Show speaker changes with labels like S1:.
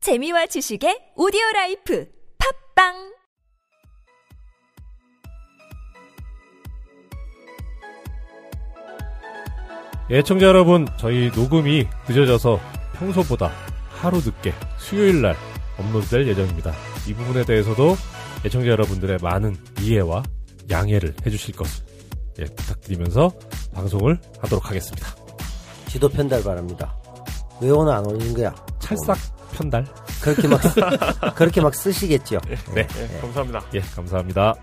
S1: 재미와 지식의 오디오 라이프 팝빵
S2: 예청자 여러분, 저희 녹음이 늦어져서 평소보다 하루 늦게 수요일 날 업로드될 예정입니다. 이 부분에 대해서도 예청자 여러분들의 많은 이해와 양해를 해주실 것을 예, 부탁드리면서 방송을 하도록 하겠습니다.
S3: 지도 편달 바랍니다. 왜 오늘 안 올린 거야?
S2: 찰싹 편달.
S3: 그렇게 막 쓰- 그렇게 막 쓰시겠죠.
S2: 네,
S4: 예, 감사합니다.
S2: 예, 감사합니다.